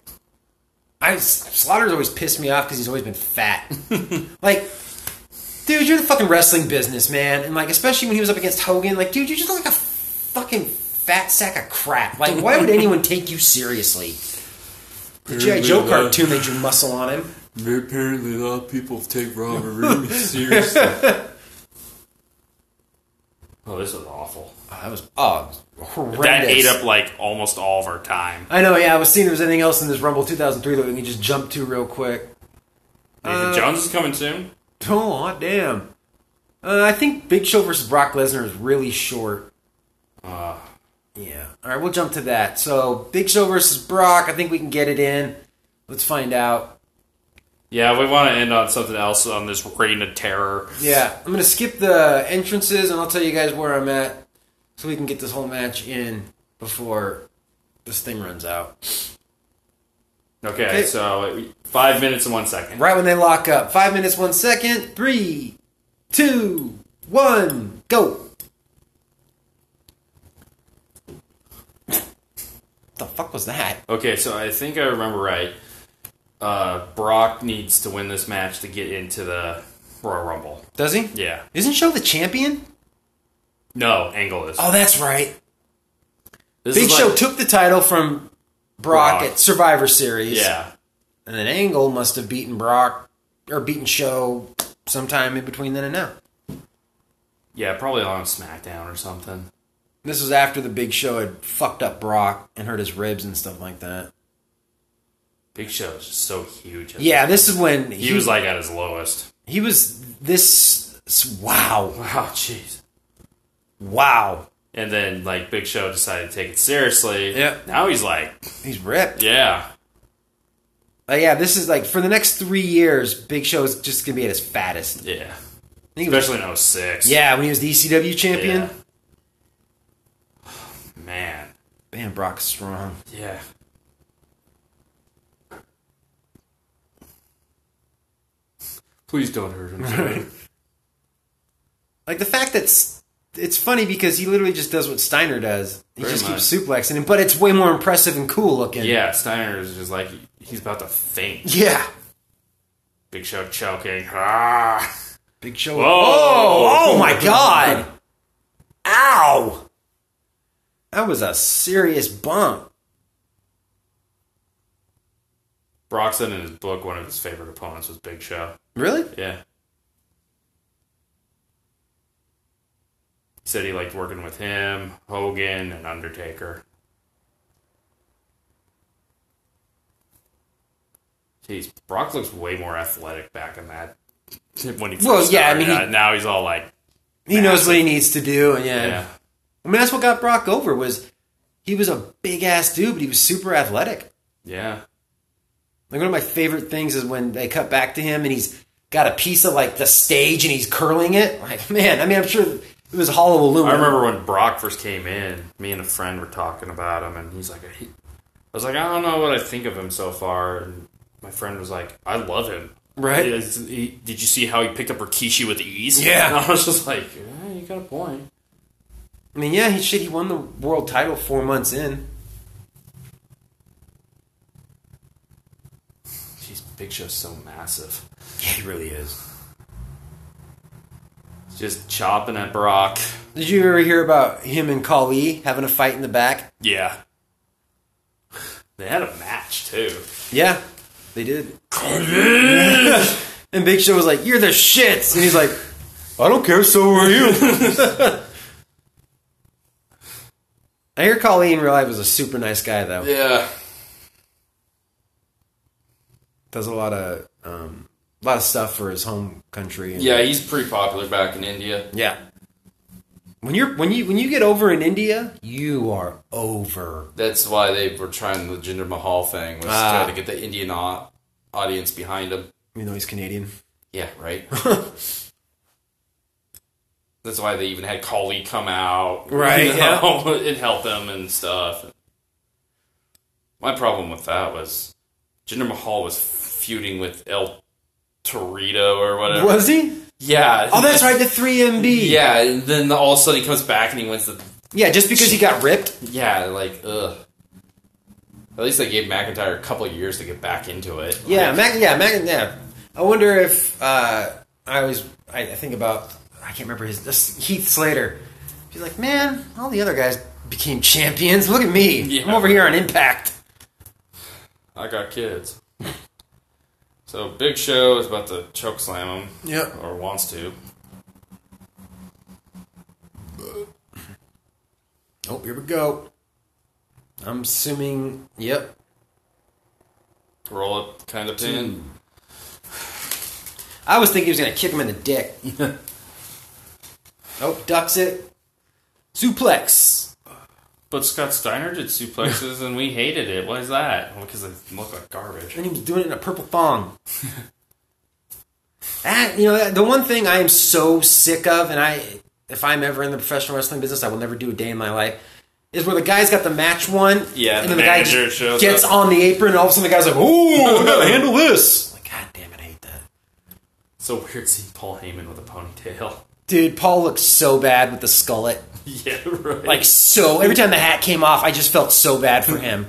I Slaughter's always pissed me off because he's always been [LAUGHS] fat. like, dude, you're in the fucking wrestling business, man, and like, especially when he was up against Hogan, like, dude, you just look like a fucking fat sack of crap. Like, why would anyone take you seriously? The GI Joe cartoon that you muscle on him. Apparently, a lot of people take Robert Rooney [LAUGHS] seriously. Oh, this was awful. Oh, that was oh horrendous. That ate up like almost all of our time. I know. Yeah, I was seeing if there was anything else in this Rumble 2003 that we can just jump to real quick. Uh, Nathan Jones is coming soon. Oh, hot damn. Uh, I think Big Show versus Brock Lesnar is really short. Uh, yeah. All right, we'll jump to that. So, Big Show versus Brock, I think we can get it in. Let's find out. Yeah, we want to end on something else on this reign of terror. Yeah, I'm going to skip the entrances and I'll tell you guys where I'm at so we can get this whole match in before this thing runs out. Okay, Okay. so five minutes and one second. Right when they lock up. Five minutes, one second. Three, two, one, go. the fuck was that? Okay, so I think I remember right. uh, Brock needs to win this match to get into the Royal Rumble. Does he? Yeah. Isn't Show the champion? No, Angle is. Oh, that's right. This Big is like- Show took the title from Brock, Brock. at Survivor Series. Yeah. And then Angle must have beaten Brock or beaten Show sometime in between then and now. Yeah, probably on SmackDown or something. This was after the Big Show had fucked up Brock and hurt his ribs and stuff like that. Big Show is just so huge. Yeah, this is when He was like at his lowest. [LAUGHS] he was this s- wow Wow, jeez. wow And then like Big Show decided to take it seriously. Yeah. Now he's like, he's ripped. yeah, Like, yeah, this is like for the next three years, Big Show is just gonna be at his fattest. yeah. I think he was- Especially in 06. yeah, when he was the ECW champion. Yeah. Man. Man, Brock's strong. Yeah. Please don't hurt him. [LAUGHS] Sorry. Like the fact that s- it's funny because he literally just does what Steiner does. He Very just keeps much. suplexing him, but it's way more impressive and cool looking. Yeah, Steiner is just like he's about to faint. yeah. Big Show choking. Ah. Big Show. Whoa. Oh, oh my God! Ow! That was a serious bump. Brock said in his book one of his favorite opponents was Big Show. Really? Yeah. He said he liked working with him, Hogan, and Undertaker. Jeez, Brock looks way more athletic back in that. When he first Well, yeah, I started mean, out. he- now he's all like, He knows what he needs to do, and yeah. yeah, I mean, that's what got Brock over was he was a big ass dude, but he was super athletic. yeah, Like one of my favorite things is when they cut back to him and he's got a piece of like the stage and he's curling it. Like [LAUGHS] man, I mean, I'm sure it was hollow aluminum. I remember when Brock first came in, me and a friend were talking about him, and he's like, I, I was like, I don't know what I think of him so far. And my friend was like, I love him. Right. He- he- did you see how he picked up Rikishi with ease? Yeah. And [LAUGHS] I was just like, yeah, you got a point. I mean, yeah, he shit, he won the world title four months in. Jeez, Big Show's so massive. Yeah, he really is. He's Just chopping at Brock. Did you ever hear about him and Kali having a fight in the back? Yeah. They had a match too. Yeah, they did. [LAUGHS] and Big Show was like, "You're the shits," and he's like, I don't care. So are you. [LAUGHS] "I hear Kali in real life was a super nice guy though. Yeah. Does a lot of um, a lot of stuff for his home country. And- he's pretty popular back in India. yeah. When you're when you when you get over in India, you are over. That's why they were trying the Jinder Mahal thing was Ah. try to get the Indian audience behind him. You know he's Canadian. Yeah, [LAUGHS] right. That's why they even had Collie come out, [LAUGHS] Right, You know, [LAUGHS] and help them and stuff. My problem with that was Jinder Mahal was feuding with El Torito or whatever. Was he? Yeah. Oh, that's [LAUGHS] right, the three MB. Yeah, and then all of a sudden he comes back and he wins the. yeah. Just because he got ripped. Yeah, like ugh. At least they gave McIntyre a couple of years to get back into it. Yeah, Like, Mac, yeah, Mac, yeah. I wonder if uh, I always I, I think about I can't remember his this, Heath Slater. He's like, man, all the other guys became champions. Look at me, I'm Yeah. over here on Impact. I got kids. So Big Show is about to choke slam him. Yep. Or wants to. Oh, here we go. I'm assuming. Yep. Roll up kind of pin. I was thinking he was gonna kick him in the dick. [LAUGHS] oh, ducks it. Suplex. But Scott Steiner did suplexes and we hated it. Why is that? Well, because they look like garbage. And he was doing it in a purple [LAUGHS] thong. that you know that, the one thing I am so sick of, and I if I'm ever in the professional wrestling business, I will never do a day in my life. Is where the guy's got the match won, Yeah, and the then the guy manager shows gets up. on the apron, and all of a sudden the guy's like, [LAUGHS] "Ooh, I gotta handle this." Like, God damn it, I hate that. So weird seeing Paul Heyman with a ponytail. [LAUGHS] Dude, Paul looks so bad with the skullet. yeah, [LAUGHS] right. Like so, every time the hat came off, I just felt so bad for him.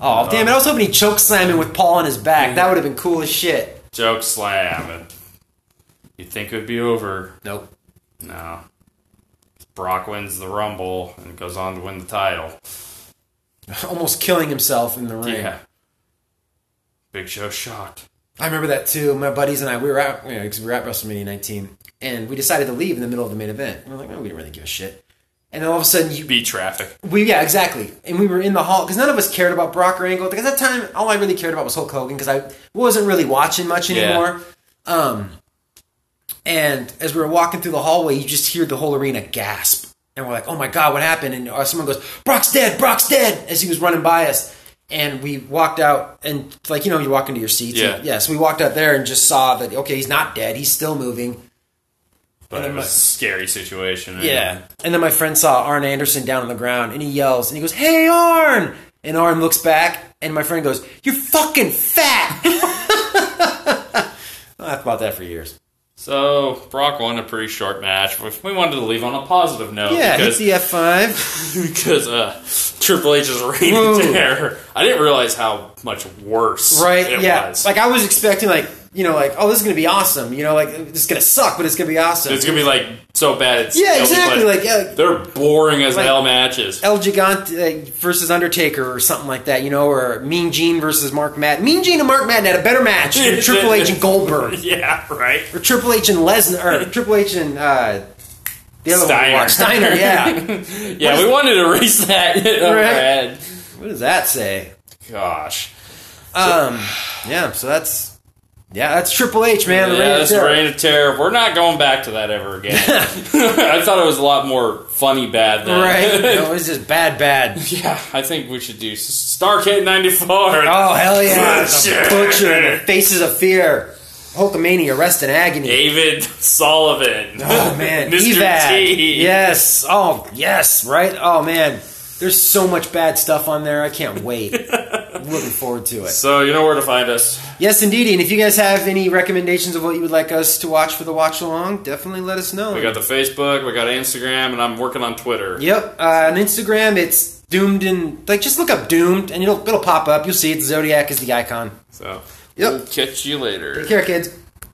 Oh, damn it. I was hoping he choked Simon with Paul on his back. That would have been cool as shit. Joke slam. And you think it would be over? Nope. No. Brock wins the Rumble and goes on to win the title. Almost killing himself in the ring. Yeah. Big Show shocked. I remember that too. My buddies and I, we were out, you know, 'cause we were at WrestleMania 19, and we decided to leave in the middle of the main event. And we're like, oh, we didn't really give a shit. And then all of a sudden, you, Beat traffic. we, yeah, exactly. And we were in the hall because none of us cared about Brock or Angle. Like at that time, all I really cared about was Hulk Hogan because I wasn't really watching much Yeah. anymore. Um, and as we were walking through the hallway, you just hear the whole arena gasp, and we're like, "Oh my god, what happened?" And uh, someone goes, "Brock's dead! Brock's dead!" as he was running by us. And we walked out, and like you know, you walk into your seats. Yeah. and- yeah. So we walked out there and just saw that okay, he's not dead. He's still moving. But And it I'm was a like- scary situation. and- Yeah. And then my friend saw Arn Anderson down on the ground and he yells and he goes, Hey, Arn! And Arn looks back and my friend goes, You're fucking fat! [LAUGHS] I thought that for years. So Brock won a pretty short match. We wanted to leave on a positive note Yeah, hit because the [LAUGHS] F5. because uh, Triple H is raining Whoa. there. I didn't realize how much worse Right? it yeah. was. Like, I was expecting, like, you know, like, oh, this is going to be awesome. You know, like, this is going to suck, but it's going to be awesome. it's gonna be like so bad. It's yeah, it'll be exactly. Like, yeah, they're boring as Like- hell matches. El Gigante uh, versus Undertaker or something like that, you know, or Mean Gene versus Mark Madden. Mean Gene and Mark Madden had a better match [LAUGHS] than Triple H and Goldberg. yeah, right. or Triple H and [LAUGHS] Lesnar, or Triple H and uh, the other one we Steiner. watched. Steiner, [LAUGHS] yeah. Yeah, we wanted to [LAUGHS] erase that. in our Right. head. what does that say? Gosh. Um, yeah. So that's yeah, that's Triple H, man. the Yeah, Reign of this Terror. reign of terror. We're not going back to that ever [LAUGHS] again. [LAUGHS] I thought it was a lot more funny bad than Right? No, it was just bad, bad. [LAUGHS] Yeah, I think we should do S- Starcade 94. [LAUGHS] Oh hell yeah! Butcher. The butcher, and the faces of fear, Hulkamania, rest in agony. David Sullivan. Oh [LAUGHS] man, Mr. Evad. T. Yes. Oh yes. Right. Oh man, there's so much bad stuff on there. I can't [LAUGHS] wait. Looking forward to it. So you know where to find us. Yes, indeedy. And if you guys have any recommendations of what you would like us to watch for the watch along, definitely let us know. We got the Facebook, we got Instagram, and I'm working on Twitter. yep. Uh, on Instagram, it's doomed and like just look up doomed and it'll it'll pop up. You'll see it. Zodiac is the icon. So Yep. we'll catch you later. Take care, kids.